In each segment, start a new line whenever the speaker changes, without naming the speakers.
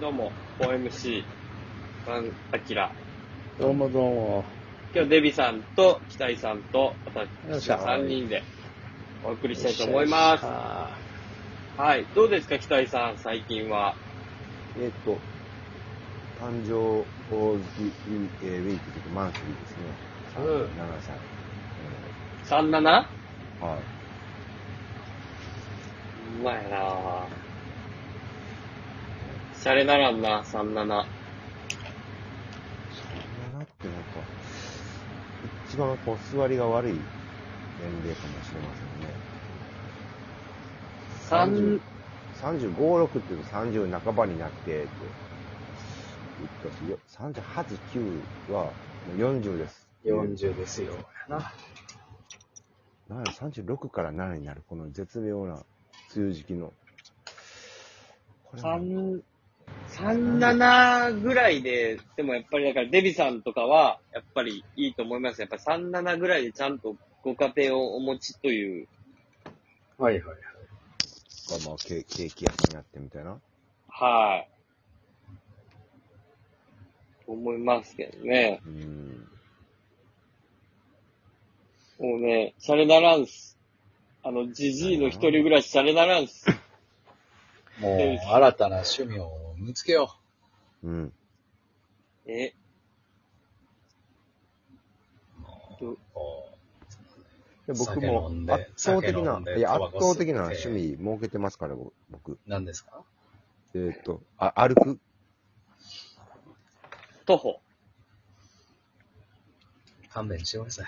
どうも、OMC、あん、あきら。
どうもどうも。
今日デビさんと、北井さんと、私
よっ
の
しゃ
3人でお送
び
りしたいと思います。
す。
はい。どうですか、北井さん、最近は。
えっと、誕生ウィ、えーウィークというかマンスリーですね。
うん
37歳。
37?
えーはい。
うまいなぁ。シャレならんな、37。
37ってなんか、一番こう座りが悪い年齢かもしれませんね
3。、
35、6っていうと30半ばになって、って言ったし、38、9はもう40です。
40ですよ。
なんや36から7になる、この絶妙な梅雨時期の。これは
三37ぐらいで、でもやっぱりだからデビさんとかは、やっぱりいいと思います。やっぱ37ぐらいでちゃんとご家庭をお持ちという。
はいはい。
が、まあ、ケーケーキ屋さんやってみたいな。
はい。と思いますけどね。
うん。
もうね、シャレならんす。あの、ジジイの一人暮らしシャレならんす。
もう、新たな趣味を見つけよ
うん。
え、
う。
で僕
酒飲
も
んで
圧倒的
酒飲、
なん
で
いや、
タバ
圧
コ吸って
倒的な趣味設けてますから、僕僕。
何ですか
えーっ、と、あ、歩く。
徒歩。
勘弁してください。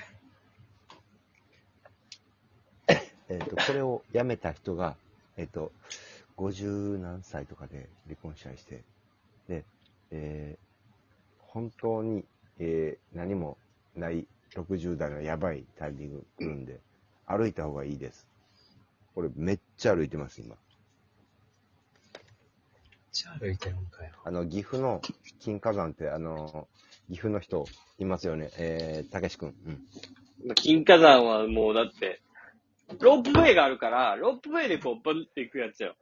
えーっ、と、これをやめた人が、えーっ、と、50何歳とかで離婚したりして、で、えー本当に、えー何もない60代のやばいタイミング来るんで、歩いた方がいいです。俺めっちゃ歩いてます、今。
じゃあ歩いてるんかよ。
あの、岐阜の金華山って、あの、岐阜の人いますよね。えー、たけし君。うん。
金華山はもうだって、ロープウェイがあるから、ロープウェイでこう、ブンって行くやつよ。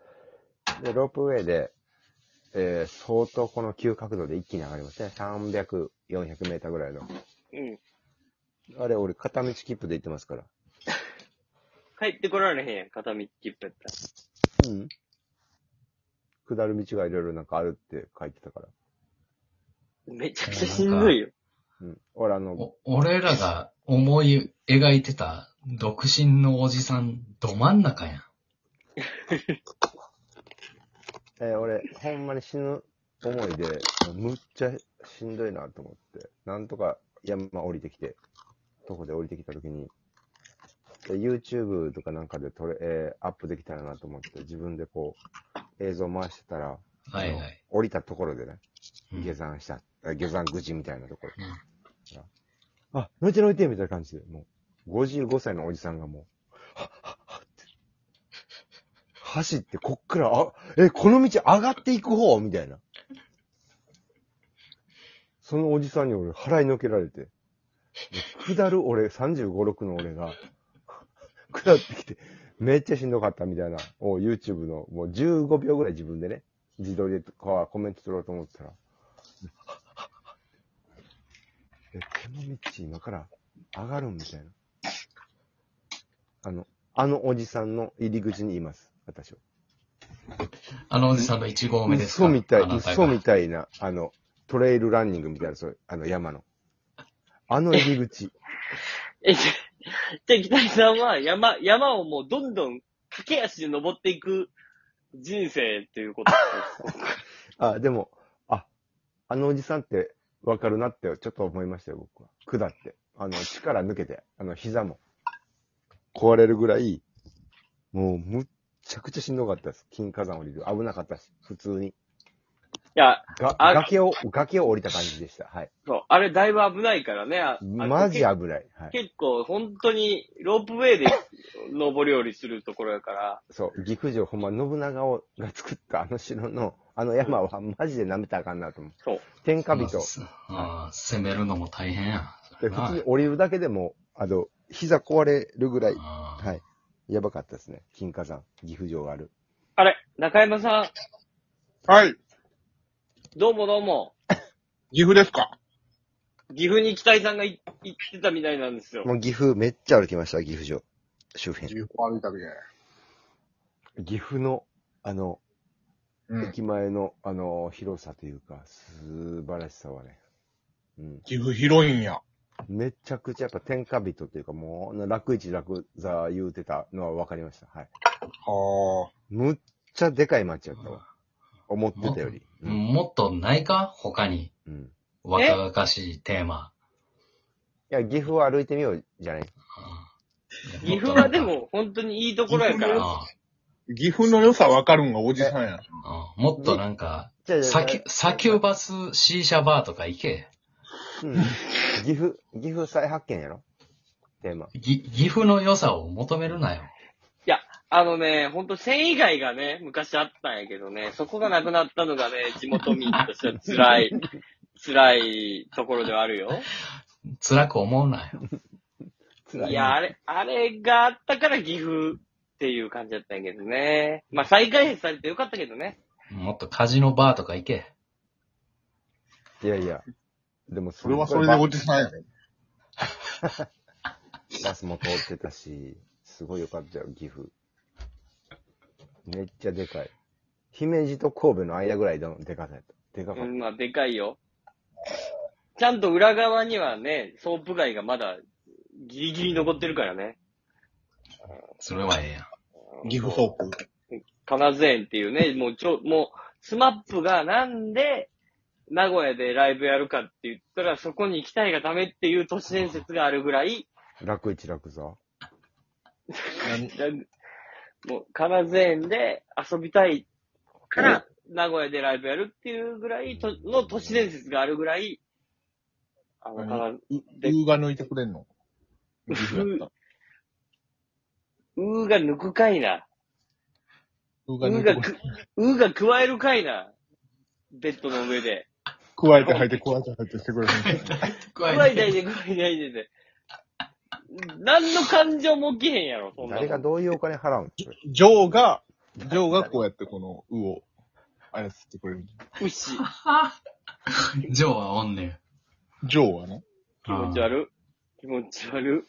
で、ロープウェイで、えー、相当この急角度で一気に上がりますね。300、400メーターぐらいの。
うん。
あれ、俺、片道切符で行ってますから。
帰ってこられへんやん、片道切符やったら。
うん。下る道がいろいろなんかあるって書いてたから。
めちゃくちゃしんどいよ。
うん。俺、あの、
お俺らが思い描いてた独身のおじさん、ど真ん中やん。
えー俺、ほんまに死ぬ思いで、むっちゃしんどいなと思って、なんとか山降りてきて、徒歩で降りてきたときに、で YouTube とかなんかで撮れ、えーアップできたらなと思って、自分でこう、映像回してたら、
はいは
あの
い。
降りたところでね、
うん
下山した、あ下山口みたいなところ。
うん
あ、乗いて乗いてみたいな感じで、もう、55歳のおじさんがもう、はっはっはって、走って、こっから、あ、え、この道上がっていく方みたいな。そのおじさんに俺、払いのけられて、で下る俺、35、6の俺が、下ってきて、めっちゃしんどかったみたいな、を YouTube のもう15秒ぐらい自分でね、自撮りでこうコメント取ろうと思ってたら、え、この道今から上がるんみたいな。あの、あのおじさんの入り口にいます、私は。
あのおじさんの1号目ですか
嘘みたい
あ、なたが
嘘みたいな、あの、トレイルランニングみたいな、そうあの山の。あの入り口。
え、じゃ、じゃあ北井さんは山、山をもうどんどん駆け足で登っていく人生っていうことですか
あ、でも、あ、あのおじさんってわかるなってちょっと思いましたよ、僕は。下って。あの、力抜けて、あの、膝も壊れるぐらい、もうむっちゃくちゃしんどかったです。金火山降りる。危なかったし、普通に。
いや、
が、
あ
崖を、崖を降りた感じでした。はい。
そう、あれだいぶ危ないからね。あ
マジ
あ
危ない。はい。
結構、本当に、ロープウェイで登り降りするところやから、
そう、岐阜城、ほんま、信長をが作ったあの城の、あの山は、マジで舐めたらあかんなと思う。
そう。
天下人。
まあすあー攻めるのも大変やん。
で、普通に降りるだけでも、あの、膝壊れるぐらい、
あー
はい。やばかったですね。金華山、岐阜城がある。
あれ、中山さん、
はい。
どうもどうも。
岐阜ですか
岐阜に北井さんがい行ってたみたいなんですよ。
もう岐阜めっちゃ歩きました、岐阜城。周
岐
辺。
阜歩いたわけじゃない。
岐阜の、あの、
うん。
駅前の、あの、広さというか、素晴らしさはね。うん。
岐阜広いんや。
めちゃくちゃやっぱ天下人というか、もう、楽市楽座言うてたのは分かりました。はい。
は
むっちゃでかい町やったわ。思ってたより。うん。
もっとないか他に。
うん、い
え
若々しいテーマ。
や、岐阜を歩いてみようじゃない。
うん
岐阜はで、も本当にいいところやか
もっとなん
ら。
か
あ。岐阜の良さわかるんがおじさんや。
うんもっとなんか、
じゃあじゃあ
サキュ、サキュバスシーシャバーとか行け。
うん。岐阜、岐阜再発見やろテーマ。
ぎ岐阜の良さを求めるなよ。
あのね、本当繊維街がね、昔あったんやけどね、そこがなくなったのがね、地元民としては辛い、辛いところではあるよ。
辛く思うなよ。
辛い
いや、あれ、あれがあったから岐阜っていう感じだったんやけどね。まあ再開発されてよかったけどね。
もっとカジノバーとか行け。
いやいや。でも、
それはそれでおじさんやね。
バスも通ってたし、すごい良かったよ、岐阜。めっちゃでかい。姫路と神戸の間ぐらいのでかさやった。でかか
う
っ
ん、まあでかいよ。ちゃんと裏側にはね、ソープ街がまだギリギリ残ってるからね。
それはええやん。
岐阜ソープ。
金津園っていうね、もうちょ、もう、スマップがなんで、名古屋でライブやるかって言ったら、そこに行きたいがためっていう都市伝説があるぐらい、
た。楽一楽座。
なんもう、金津園で遊びたいから、名古屋でライブやるっていうぐらいと、の都市伝説があるぐらい、あの、金
う、うが抜いてくれんの岐阜やった。
うーが抜くかいな。
うが
う
抜い
ー
て
が
くれん
く、うーが加えるかいな。ベッドの上で。
加えて入って、加えて入ってしてくれるの。
具合ないで具合ないでで。何の感情も起きへんやろ、そんなもん。
誰がどういうお金払うんそれ
ジョーが、ジョーがこうやってこの、うを、操ってくれる。
牛。
ジョーはおんねん。
ジョーはね、
気持ち悪い。気持ち悪い。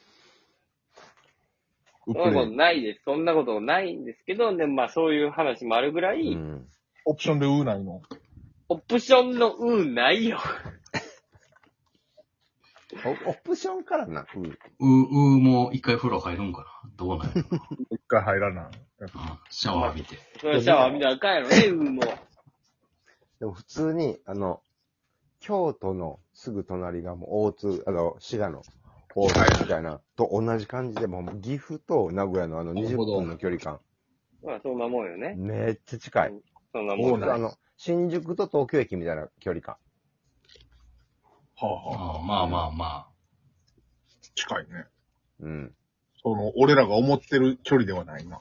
ウ
そんな
プ
こと
レイ。
ないです。そんなことないんですけど、でもまあそういう話もあるぐらい、
うん。
オプションでうないの。
オプションの運ないよ。
オオプションからな。うん。
う、うーもう一回風呂入るんかなどうなんやろ
一回入らない。
うんシャワー浴びて。
それはシャワー浴びなあかんやろね、運も。
でも普通に、あの、京都のすぐ隣がもう大津、あの、滋賀の大津みたいな、と同じ感じで、もう岐阜と名古屋のあの
なる
20
ほど
分の距離感、
まあそんなもんよね。
めっちゃ近い。
そんな
そ
も。
うんなん
あの、新宿と東京駅みたいな距離感。
はあはあ、
うんまあまあま
近いね。
うん。
その、俺らが思ってる距離ではないな。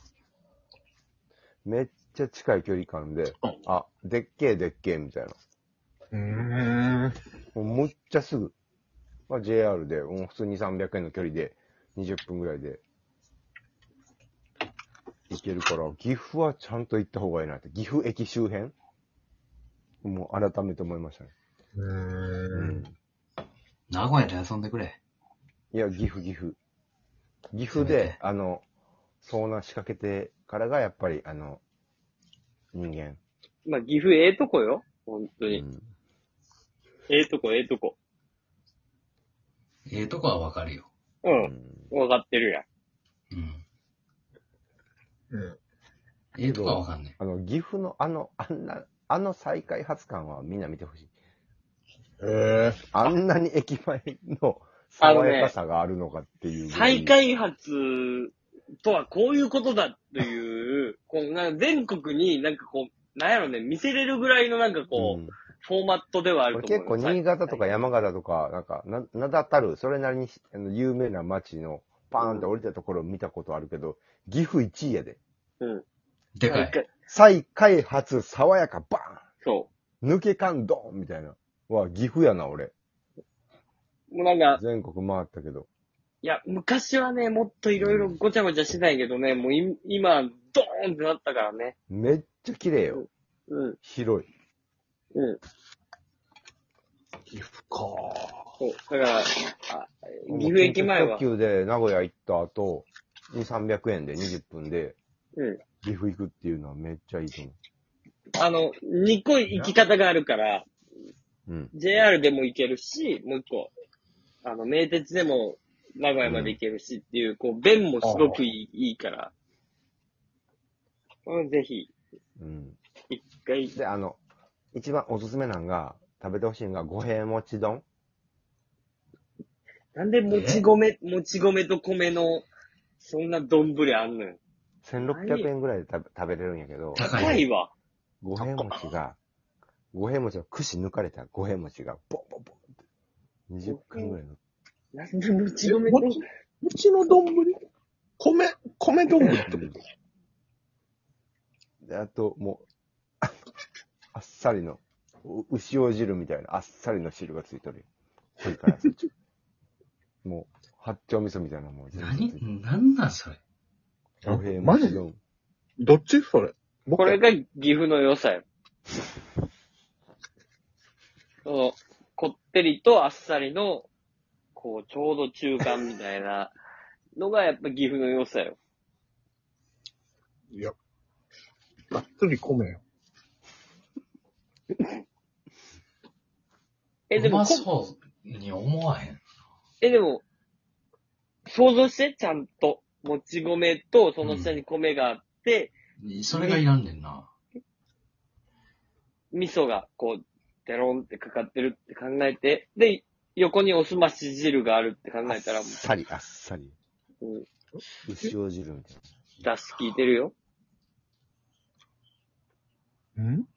めっちゃ近い距離感で、あ、でっけえでっけえみたいな。
うーん。
もうむっちゃすぐ。まあ、JR で、もう普通に300円の距離で、20分ぐらいで、行けるから、岐阜はちゃんと行った方がいいなって。岐阜駅周辺もう改めて思いましたね。
うーん。
あ。名古屋で遊んでくれ。
いや、岐阜、岐阜。岐阜で、あの、遭難仕掛けてからが、やっぱり、あの、人間。
まあ岐阜ええとこよ。本当
う
に。
ん
ええとこ、ええとこ。
ええとこはわかるよ。
う。
うんん
わかってるやん。
うん。
うん。
ええとこはわかんね
あの、岐阜のあの、あんな、あの再開発感はみんな見てほしい。
へえ。
あんなに駅前の爽やかさがあるのかっていうぐらい。
再開発とはこういうことだという、こうなんか全国になんかこう、なんやろね、見せれるぐらいのなんかこう、
うん
フォーマットではあ
こ
る
れ
と思う
結
よ。
構新潟とか
や
山形とか、なんか、な、名だたる、それなりにあの有名な街のパーンって降りたところを見たことあるけど、岐阜1位やで。
え。でかい。
再開発、爽やか、バ
そ
ーン抜け感、ドーンみたいな。わ、岐阜やな、俺。
う。もうなんか、
全国回ったけど。
いや、昔はね、もっといろいろごちゃごちゃしてたんやけどね、もうい今、ドーンってなったからね。
めっちゃ綺麗よ。
うん。
広い。
うん。
岐阜か
そう。だから、あ岐阜駅前は
特、急で名古屋行った後、2、300円で20分で、
うん。
岐阜行くっていうのはめっちゃいいと思
あの、2個行き方があるから、
う。うん。
JR でも行けるし、もう一個、あの、名鉄でも名古屋まで行けるしっていう、こう、便もすごくいいいいから、うん、ぜひ、
うん。
一回、
で、あの、一番おすすめなんが、食べてほしいのが、五平もち丼。
なんでもち米、もち米と米の、そんな丼あんのよ。
1600円ぐらいで食べ食べれるんやけど、
高い
高いわ。
五平餅が、五平餅の串抜かれた五平餅が、ボンボンボンって、20分ぐらいの。
なんでもち米と
も、ちうちの丼米、米丼ってこと
で、あと、もう、ああっさりの、う牛お汁みたいな、あっさりの汁がついてるよ。鶏からすっちょもう、八丁味噌みたいなもん。
何なんなんそれ。
五平
マ
餅
ジ
丼。
どっちそれ。
これが岐阜の良さよ。その、こってりとあっさりの、こう、ちょうど中間みたいなのがやっぱ岐阜の良さよ。
いや、がっつり米よ。
え、で
う
もこ、
まそうに思わへん。
え、でも、想像して、ちゃんと。もち米と、その下に米があって、
それがいらんねんな。
味噌がこう、デロンってかかってるって考えて、で、横におすまし汁があるって考
あ
え
った
ら、も
さり、あっさり。
う、
牛お汁みたいな。
出汁効いてるよ。
ん